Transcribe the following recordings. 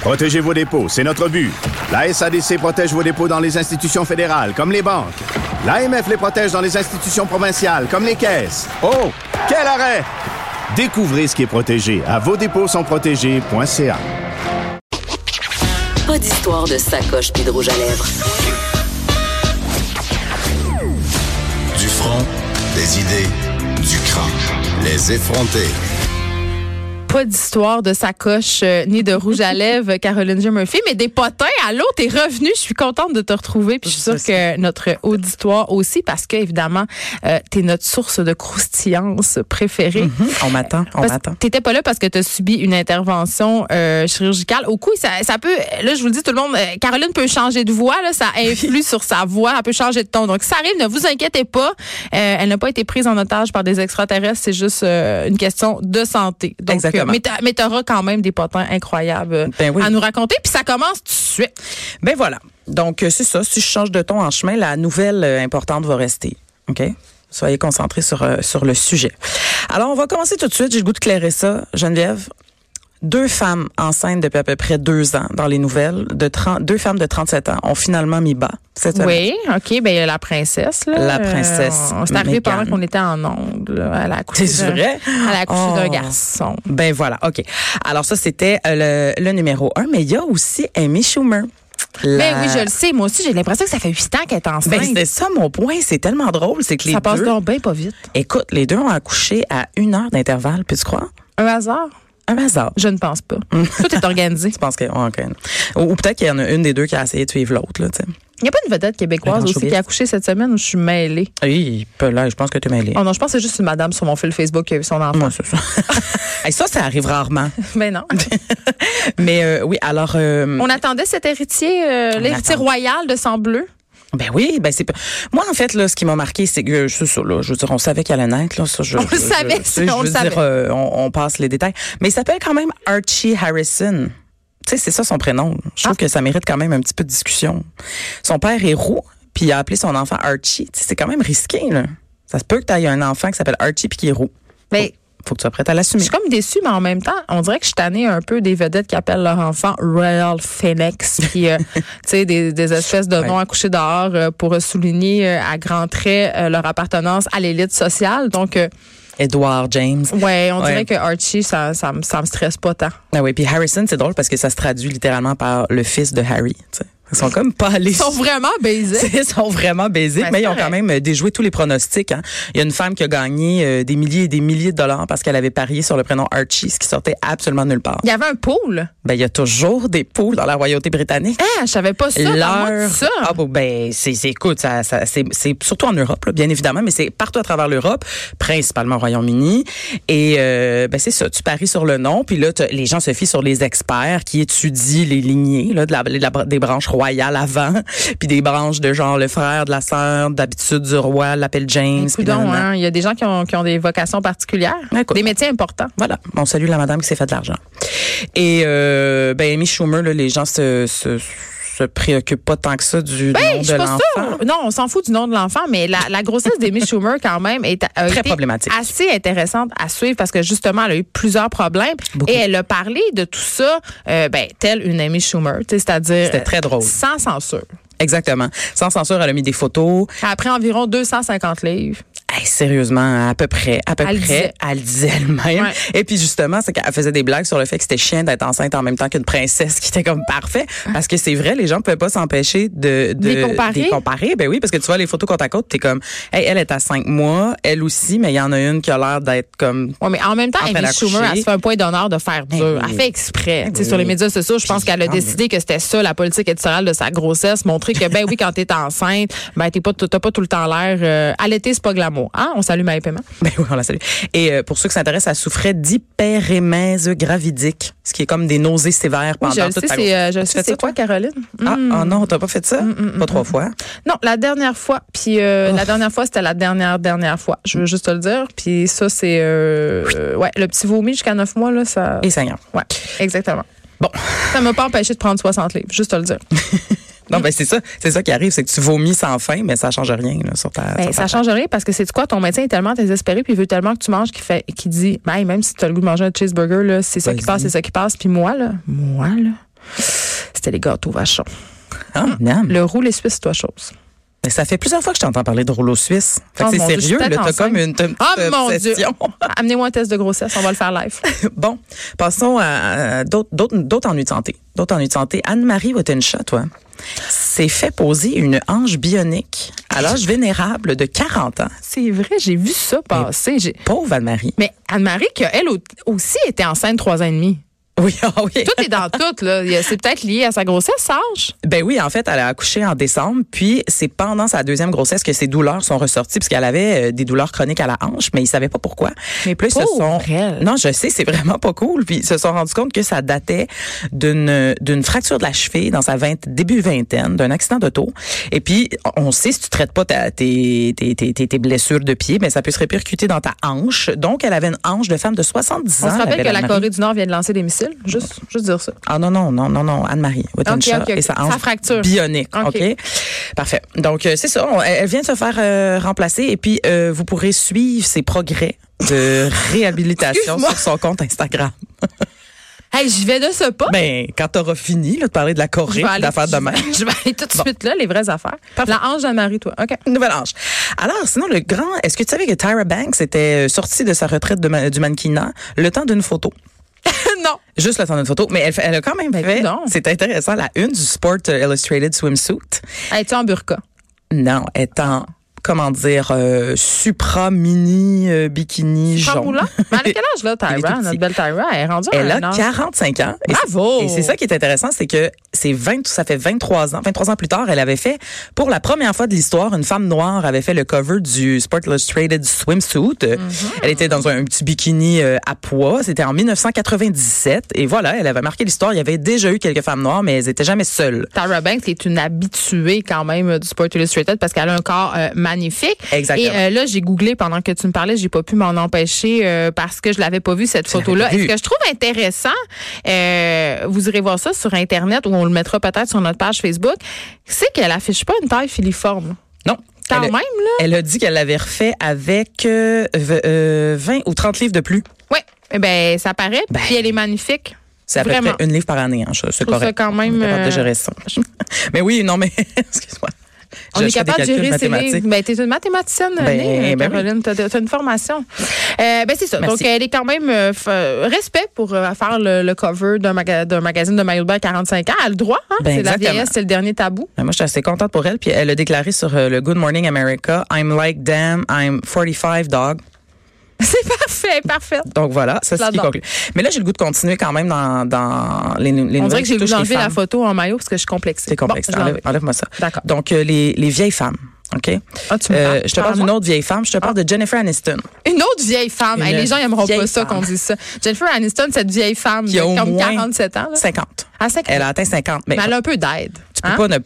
Protégez vos dépôts, c'est notre but. La SADC protège vos dépôts dans les institutions fédérales, comme les banques. L'AMF les protège dans les institutions provinciales, comme les caisses. Oh, quel arrêt! Découvrez ce qui est protégé à vos dépôts sont protégés.ca. Pas d'histoire de sacoche puis de rouge à lèvres. Du front, des idées, du crâne. Les effronter. Pas d'histoire de sacoche euh, ni de rouge à lèvres, Caroline J. Murphy, mais des potins. Allô, t'es revenue. Je suis contente de te retrouver. Puis je suis sûre que notre auditoire aussi, parce que évidemment, euh, t'es notre source de croustillance préférée. On m'attend, on Parce- m'attend. T'étais pas là parce que t'as subi une intervention euh, chirurgicale. Au cou, ça, ça peut. Là, je vous le dis tout le monde, euh, Caroline peut changer de voix, là, ça influe sur sa voix, elle peut changer de ton. Donc, si ça arrive, ne vous inquiétez pas. Euh, elle n'a pas été prise en otage par des extraterrestres. C'est juste euh, une question de santé. Donc, Exactement. euh, mais t'a- mais t'auras quand même des potins incroyables euh, Ben oui. à nous raconter. Puis ça commence tout de suite. Ben voilà. Donc, euh, c'est ça. Si je change de ton en chemin, la nouvelle euh, importante va rester. OK? Soyez concentrés sur, euh, sur le sujet. Alors, on va commencer tout de suite. J'ai le goût de clairer ça. Geneviève, deux femmes enceintes depuis à peu près deux ans dans les nouvelles, de 30 deux femmes de 37 ans ont finalement mis bas cette semaine. Oui, OK. Ben, il y a la princesse, là. La princesse Euh, on- C'est arrivé Meghan. pendant qu'on était en onde, là. Elle a accouché. C'est d'un- vrai? Elle a accouché d'un Oh. garçon. Ben voilà, OK. Alors ça, c'était euh, le, le numéro un, mais il y a aussi Amy Schumer. Ben La- oui, je le sais. Moi aussi, j'ai l'impression que ça fait huit ans qu'elle est enceinte. Ben, c'est ça mon point, c'est tellement drôle, c'est que les ça passe deux, donc bien pas vite. écoute, les deux ont accouché à une heure d'intervalle, puis tu crois? Un hasard? Un hasard. Je ne pense pas. Mm. Tout est organisé. Je pense que ouais, ok. ou, ou peut-être qu'il y en a une des deux qui a essayé de suivre l'autre là, tu sais. Il n'y a pas une vedette québécoise Le grand aussi qui showbiz. a accouché cette semaine où je suis mêlée. Oui, peu là, je pense que tu m'as mêlé. Oh non, je pense que c'est juste une madame sur mon fil Facebook qui a eu son enfant. Moi, c'est ça. Hey, ça, ça arrive rarement. Mais non. Mais euh, oui, alors euh, On attendait cet héritier, euh, l'héritier attend. royal de sang bleu. ben oui, ben c'est pas- Moi en fait là, ce qui m'a marqué c'est que je suis ça là, je veux dire on savait qu'elle allait naître là, ça je On je- le je- savait, tu sais, je on le veux dire, savait. euh, on, on passe les détails, mais il s'appelle quand même Archie Harrison. Tu sais, c'est ça son prénom. Je Ah. trouve que ça mérite quand même un petit peu de discussion. Son père est roux, puis il a appelé son enfant Archie. Tu sais, c'est quand même risqué là. Ça se peut que tu aies un enfant qui s'appelle Archie puis qui est roux. Ben, faut que tu sois prête à je l'assumer. suis comme déçue, mais en même temps, on dirait que je suis tannée un peu des vedettes qui appellent leur enfant Royal Phoenix, puis euh, tu sais des, des espèces de noms accouchés dehors euh, pour souligner euh, à grands traits euh, leur appartenance à l'élite sociale. Donc euh, Edward James. Ouais, on Ouais. dirait que Archie, ça, ça, me- ça me stresse pas tant. Ah oui, puis Harrison, c'est drôle parce que ça se traduit littéralement par le fils de Harry. tu sais. Ils sont comme pas allés. Ils sont vraiment baisés. Ils sont vraiment basiques, Ouais, mais Ben, ils c'est ont quand vrai. même euh, déjoué tous les pronostics. hein. Il y a une femme qui a gagné euh, des milliers et des milliers de dollars parce qu'elle avait parié sur le prénom Archie, ce qui sortait absolument nulle part. Il y avait un pool. Ben, il y a toujours des poules dans la royauté britannique. Hein, je savais pas ça. L'heure. L'heure. Ça. Ah bon, ben, c'est, c'est- écoute, ça, ça- c'est, c'est surtout en Europe, là, bien évidemment, mais c'est partout à travers l'Europe, principalement au Royaume-Uni. Et euh, ben, c'est ça, tu paries sur le nom, puis là, t'as- les gens se fient sur les experts qui étudient les lignées là, de la, de la- des branches royales avant, puis des branches de genre le frère, de la sœur, d'habitude du roi, l'appel James. puis Coudon, nanana. hein, il y a des gens qui ont, qui ont des vocations particulières, Écoute. des métiers importants. Voilà, on salue la madame qui s'est fait de l'argent. Et euh, ben Amy Schumer, là, les gens se, se, se préoccupent pas tant que ça du Ben, nom je de suis pas l'enfant. sûre. Non, on s'en fout du nom de l'enfant, mais la, la grossesse d'Amy Schumer, quand même, est a Très été problématique. assez intéressante à suivre parce que justement, elle a eu plusieurs problèmes Beaucoup. et elle a parlé de tout ça, euh, ben, telle une Amy Schumer, tu sais, c'est-à-dire C'était très drôle. sans censure. Exactement. Sans censure, elle a mis des photos. Après environ 250 livres. Hey, sérieusement, à peu près, à peu Elle le disait. près, elle le disait elle-même. Ouais. Et puis justement, c'est qu'elle faisait des blagues sur le fait que c'était chiant d'être enceinte en même temps qu'une princesse, qui était comme parfait, parce que c'est vrai, les gens ne pouvaient pas s'empêcher de, de Des comparer. des comparer. Ben oui, parce que tu vois les photos côte à côte, t'es comme, hey, elle est à cinq mois, elle aussi, mais il y en a une qui a l'air d'être comme Oui, mais en même temps, En train Amy d'accoucher. Schumer, elle se fait un point d'honneur de faire dur. oui. Ben Elle fait exprès. Tu sais, oui. Sur les médias sociaux, je pense Puis, qu'elle a tant mieux. décidé que c'était ça, la politique éditoriale de sa grossesse, montrer que, ben oui, quand t'es enceinte, ben t'es pas, t'as pas tout le temps l'air. Euh, allaiter, c'est pas glamour. Hein? On salue Maï Paiement. Ben oui, on la salue. Et euh, pour ceux qui s'intéressent, elle souffrait d'hyperémèse gravidique, ce qui est comme des nausées sévères Oui, pendant je le toute sais, ta c'est, euh, grossesse. je le Tu sais, fais c'est ça, quoi, toi? Caroline? Ah, Mm. oh non, t'as pas fait ça? pas trois fois. Non, la dernière fois, puis euh, la dernière fois, c'était la dernière, dernière fois. Je veux juste te le dire. Puis ça, c'est. euh, euh, ouais, le petit vomi jusqu'à 9 mois, là, ça. Et Seigneur. Ouais, exactement. Bon. Ça m'a pas empêché de prendre 60 livres, juste te le dire. Mm. Non, ben c'est ça. C'est ça qui arrive, c'est que tu vomis sans fin, mais ça change rien là, sur ta. Ben, sur ça ta- change rien parce que c'est quoi ton médecin est tellement désespéré puis il veut tellement que tu manges qu'il fait qu'il dit ben, même si tu as le goût de manger un cheeseburger là, c'est ça qui Vas-y. passe, c'est ça qui passe puis moi là, moi là. c'était les gâteaux vachons. Ah, madame. Le roux, les Suisses, toi, chose. Mais ça fait plusieurs fois que je t'entends parler de rouleau suisse. Fait que Oh, c'est mon Dieu, je suis sérieux, là, peut-être t'as enceinte. comme une, t'as une Ah, petite mon Dieu. obsession. Amenez-moi un test de grossesse, on va le faire live. bon, passons à, à d'autres- d'autres d'autres ennuis de santé. D'autres ennuis de santé. Anne-Marie Wottencha, toi, s'est fait poser une hanche bionique à l'âge vénérable de 40 ans. C'est vrai, j'ai vu ça Ben, passer. J'ai- Pauvre Anne-Marie. Mais Anne-Marie, qui a, elle au- aussi était enceinte trois ans et demi. Oui, ah oui. Tout est dans tout, là. Il y a- C'est peut-être lié à sa grossesse, Sage. Ben oui, en fait, elle a accouché en décembre, puis c'est pendant sa deuxième grossesse que ses douleurs sont ressorties, parce qu'elle avait euh, des douleurs chroniques à la hanche, mais ils savaient pas pourquoi. Mais Puis là, ils pauvre elle. Non, je sais, c'est vraiment pas cool. Puis ils se sont rendus compte que ça datait d'une d'une fracture de la cheville dans sa vingt, début vingtaine, d'un accident d'auto. Et puis, on sait, si tu traites pas ta- tes, tes, tes, tes- tes blessures de pied, ben ça peut se répercuter dans ta hanche. Donc, elle avait une hanche de femme de 70 ans. On se rappelle belle que la Ah, ben, Anne-Marie. Corée du Nord vient de lancer des missiles. Juste, juste dire ça. Ah non, non, non, non, non, Anne-Marie. Wittenshaw ok, ok. Et sa, Sa hanche fracture. Bionique, Ok. OK. Parfait. Donc, euh, c'est ça. on- elle elle vient de se faire euh, remplacer et puis euh, vous pourrez suivre ses progrès de réhabilitation Excuse-moi. sur son compte Instagram. Hey, j'y vais de ce pas. Ben, quand t'auras fini là, de parler de la je Corée, vais aller- d'affaires je de vais- même. Je vais aller tout de suite là, les vraies affaires. Parfait. La hanche Anne-Marie, toi. OK. Nouvelle hanche. Alors, sinon, le grand, est-ce que tu savais que Tyra Banks était euh, sortie de sa retraite de ma- du mannequinat le temps d'une photo? non. Juste le temps d'une photo, mais elle, fait- elle a quand même fait, non. c'est intéressant, la une du Sport euh, Illustrated Swimsuit. Elle était en burqa. Non, étant comment dire euh, supra mini euh, bikini Jean jaune. Moulin. Mais elle a quel âge, là, Il est tout Tyra? petit. Notre belle Tyra, elle est rendue à Elle a un âge. 45 ans. Et c'est- Bravo! Et c'est ça qui est intéressant, c'est que c'est 20, ça fait 23 ans, 23 ans plus tard, elle avait fait, pour la première fois de l'histoire, une femme noire avait fait le cover du Sport Illustrated Swimsuit. Euh, Mm-hmm. Elle était dans un, petit bikini euh, à poids. C'était en 1997. Et voilà, elle avait marqué l'histoire. Il y avait déjà eu quelques femmes noires, mais elles étaient jamais seules. Tara Banks est une habituée quand même euh, du Sport Illustrated parce qu'elle a un corps euh, magnifique. Exactement. Et euh, là, j'ai googlé pendant que tu me parlais, j'ai pas pu m'en empêcher euh, parce que je l'avais pas vu cette l'avais photo-là. pas Et vue. ce que je trouve intéressant, euh, vous irez voir ça sur Internet ou on le mettra peut-être sur notre page Facebook, c'est qu'elle affiche pas une taille filiforme. Non. Quand Elle même, a- là. Elle a dit qu'elle l'avait refait avec euh, v- euh, 20 ou 30 livres de plus. Oui. Eh ben, ça paraît. Puis elle est magnifique. C'est à peu Vraiment. près une livre par année. Hein. Je- C'est trouve ça correct. quand même, On est capable de euh, gérer ça. mais oui, non, mais excuse-moi. On Je- est je fais des capable de calculs gérer ses mathématiques. livres. Ben, t'es une mathématicienne, Ben, née, euh, ben oui. Caroline. T'as- T'as une formation. Euh, ben, c'est ça. Merci. Donc, elle est quand même euh, f- euh, respect pour euh, faire le, le cover d'un maga- d'un magazine de maillot de bain à 45 ans. Elle a le droit, hein? Ben, c'est la exactement. vieillesse, c'est le dernier tabou. Ben, Moi, je suis assez contente pour elle. Puis elle a déclaré sur euh, le Good Morning America, I'm like damn, I'm 45 dog. C'est parfait, parfait. Donc voilà, ça c'est ce qui J'adore. conclut. Mais là, j'ai le goût de continuer quand même dans, dans les, nou- les On dirait que nouvelles qui j'ai voulu touchent les enlever la femmes. photo en maillot parce que je suis complexée. C'est complexe. Bon, je l'enlève. Enlève- Enlève-moi ça. D'accord. Donc, euh, les, les vieilles femmes. OK? Euh, Ah, tu me parles. je te parle d'une Parle-moi. Ah. autre vieille femme. Je te parle de Jennifer Aniston. Une autre vieille femme. Une Hey, les gens n'aimeront pas vieille ça qu'on femme. dise ça. Jennifer Aniston, cette vieille femme qui de a au Ben, comme moins 47 ans. là. 50. À 50. Elle a atteint 50. Mais, Mais elle a un peu d'aide. tu peux hein? pas ne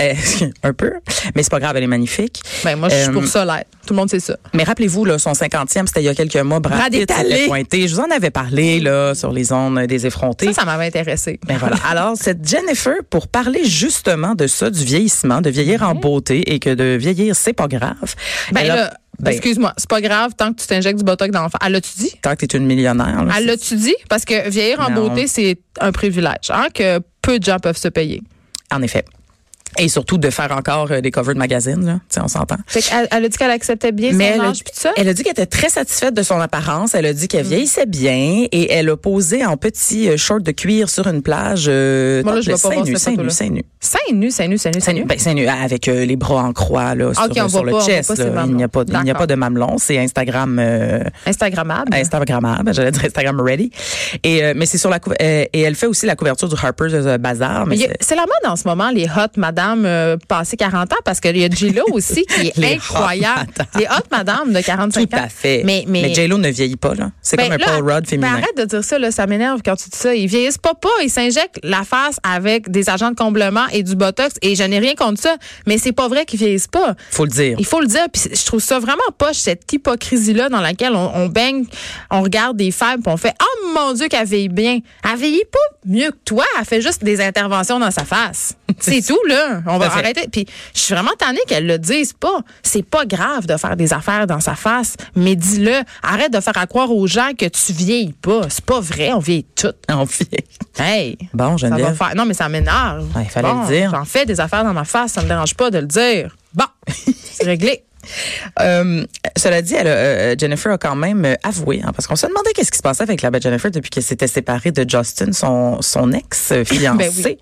eh, un peu, mais c'est pas grave, elle est magnifique. Ben, moi, je suis Euh, pour ça, l'aide. Tout le monde sait ça. Mais rappelez-vous, là, son 50e, c'était il y a quelques mois. Brad, Brad Pitt est allé. s'était pointé. Je vous en avais parlé là sur les ondes des effrontés. Ça, ça m'avait intéressé. Ben voilà. Alors, cette Jennifer, pour parler justement de ça, du vieillissement, de vieillir en beauté et que de vieillir, c'est pas grave. Ben elle a- là, ben, excuse-moi, c'est pas grave tant que tu t'injectes du botox dans l'enfant. Elle l'a-tu dit? tant que t'es une millionnaire, là, Elle c'est- l'a-tu dit? Parce que vieillir en Non. beauté, c'est un privilège hein, que peu de gens peuvent se payer. en effet. Et surtout de faire encore euh, des covers de magazines, là. Tu sais, on s'entend. Fait qu'elle- elle a dit qu'elle acceptait bien son Mais elle, a- âge puis tout ça. Mm. elle a dit qu'elle était très satisfaite de son apparence. Elle a dit qu'elle vieillissait bien et elle a posé en petit euh, short de cuir sur une plage. euh, Moi, là, je le vais pas seins voir nu, cette seins nu, photo-là. seins nu. Seins nu, seins nu, seins nu, seins nu. Ben, seins nu, avec euh, les bras en croix là, Ah, ok, sur, on sur voit le pas- on voit chest. pas ces là. mamelons. il n'y a pas, de- il n'y a pas de mamelon. C'est Instagram. euh, Instagrammable. Instagrammable, j'allais dire Instagram ready. Et euh, mais c'est sur la couv- euh, et elle fait aussi la couverture du Harper's euh, Bazaar, mais Mais il y a- c'est la mode en ce moment, les hot madame euh, passées 40 ans, parce qu'il y a J-Lo aussi qui est Les hot incroyable. les hot madame de 45 c'est- ans. tout à fait. Mais, mais, J.Lo ne vieillit pas là. C'est Ben, comme un là, Paul Rudd féminin. ben, arrête de dire ça, là, ça m'énerve quand tu dis ça. Ils vieillissent pas pas, ils s'injectent la face avec des agents de comblement, et du botox et je n'ai rien contre ça, mais c'est pas vrai qu'ils vieillissent pas. Faut le dire. Il faut le dire. Puis je trouve ça vraiment poche, cette hypocrisie-là dans laquelle on, on baigne, on regarde des femmes, puis on fait Oh mon Dieu, qu'elle veille bien. Elle veille pas mieux que toi. Elle fait juste des interventions dans sa face. C'est tout, là. On va Tout à fait. arrêter. Puis je suis vraiment tannée qu'elle le dise pas. C'est pas grave de faire des affaires dans sa face, mais dis-le. Arrête de faire à croire aux gens que tu vieillis pas. C'est pas vrai, on vieillit toutes. En fait. Hey! Bon, Ça va Geneviève. faire. Non, mais ça m'énerve. Ouais, il fallait le dire. J'en fais des affaires dans ma face, ça me dérange pas de le dire. Bon, c'est réglé. Euh, cela dit, elle a- euh, Jennifer a quand même euh, avoué, hein, parce qu'on se demandait qu'est-ce qui se passait avec la belle Jennifer depuis qu'elle s'était séparée de Justin, son, son ex-fiancé. Ben oui.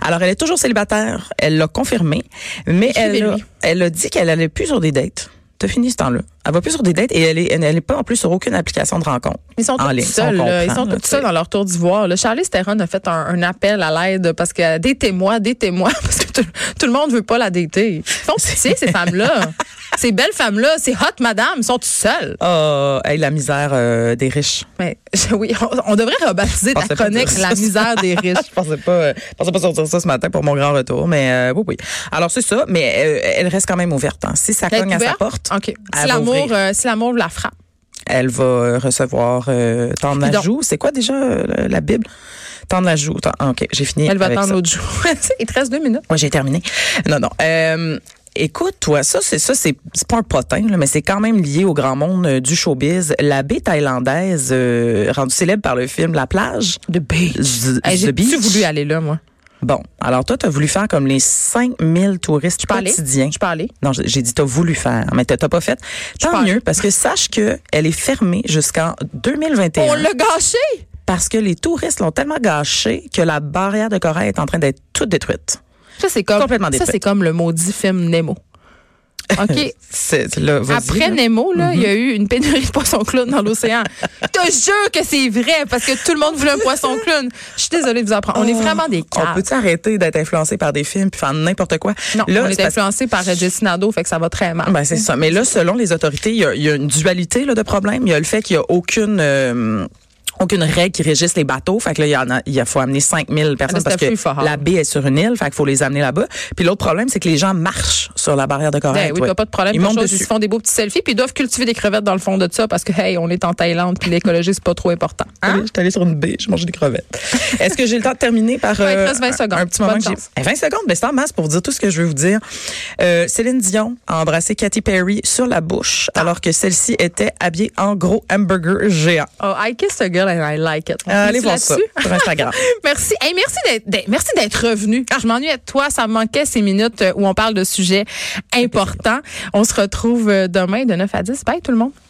Alors, elle est toujours célibataire, elle l'a confirmé, mais elle a, Écrivez-lui. elle a dit qu'elle allait plus sur des dates. T'as fini ce temps-là. Elle va plus sur des dates et elle est, elle n'est pas en plus sur aucune application de rencontre. Ils sont en tous ligne. seuls, On là. Ils comprend, sont là, tous tu seuls sais. dans leur tour d'ivoire. là. Charlize Theron a fait un, un appel à l'aide parce que des témoins, des témoins, parce que tout, tout le monde veut pas la dater. Ils font pitié, ces femmes-là. ces belles femmes-là, ces hot madame, sont toutes seules. Ah, hey, la misère euh, des riches. Mais oui, on, on devrait rebaptiser ta pensais pas chronique dire ça. La misère des riches. je pensais pas, euh, je pensais pas sortir ça ce matin pour mon grand retour, mais euh, oui, oui. Alors c'est ça, mais euh, elle reste quand même ouverte. hein. Si ça Elle est cogne à sa ouverte? porte, OK. elle Si va l'amour, ouvrir. euh, si l'amour la frappe. elle va euh, recevoir euh, tant de Puis donc- l'ajout. C'est quoi déjà euh, la Bible? Tant de l'ajout. Tant- ah, Ok, j'ai fini. Elle va avec attendre ça. l'autre jour. Il te reste deux minutes. Ouais, j'ai terminé. Non, non. Euh, Écoute, toi, ça, c'est ça, c'est c'est pas un potin, là, mais c'est quand même lié au grand monde euh, du showbiz. La baie thaïlandaise, euh, rendue célèbre par le film La plage. De B. Z- Hey, The J'ai Beach. tu voulu aller là, moi. Bon, alors toi, tu as voulu faire comme les 5000 touristes peux aller? quotidiens. Je peux aller? Non, j'ai j'ai dit t'as voulu faire, mais t'as t'as pas fait. peux Tant aller? mieux, parce que sache que elle est fermée jusqu'en 2021. On l'a gâché! Parce que les touristes l'ont tellement gâché que la barrière de corail est en train d'être toute détruite. Ça, c'est comme, Complètement ça, défaite. c'est comme le maudit film Nemo. OK. C'est là, vas-y, Après là. Mm-hmm. Nemo, là, il y a eu une pénurie de poissons clowns dans l'océan. Je te jure que c'est vrai parce que tout le monde voulait un poisson clown. Je suis désolée de vous apprendre. On est vraiment des Oh, On cas. peut-tu arrêter d'être influencé par des films puis faire n'importe quoi? Non, Là, on est c'est parce- influencé par Jessie Nadeau, fait que ça va très mal. Ben, c'est ça. Mais là, selon les autorités, il y a, il y a une dualité là, de problèmes. Il y a le fait qu'il n'y a aucune... euh, aucune règle qui régisse les bateaux. Fait que là, il y en a, il y a- faut amener Ah, 5000 personnes mais parce c'était que plus fort. la baie est sur une île. Fait qu'il faut les amener là-bas. Puis l'autre problème, c'est que les gens marchent sur la barrière de corail. Ben oui, toi. t'as pas de problème. Ils quelque montent chose, Ils se dessus. font des beaux petits selfies, puis ils doivent cultiver des crevettes dans le fond de ça parce que, hey, on est en Thaïlande, puis l'écologie, c'est pas trop important. Hein? J'étais allée sur une baie, j'ai mangé des crevettes. Est-ce que j'ai le temps de terminer par Ouais, il te euh, reste 20 un- secondes. un petit moment Bonne que j'ai- chance. Eh, 20 secondes, mais c'est en masse pour vous dire tout ce que je veux vous dire. Euh, Céline Dion a embrassé Katy Perry sur la bouche Ah. alors que celle-ci était habillée en gros hamburger géant. Oh, I kiss a girl and I like it. On Euh, allez finit voir ça là-dessus? sur Instagram. Merci. Hey, merci d'être- d'être merci d'être revenu. Je m'ennuyais de toi, ça me manquait ces minutes euh, où on parle de sujets importants. On se retrouve euh, demain de 9 à 10. Bye tout le monde.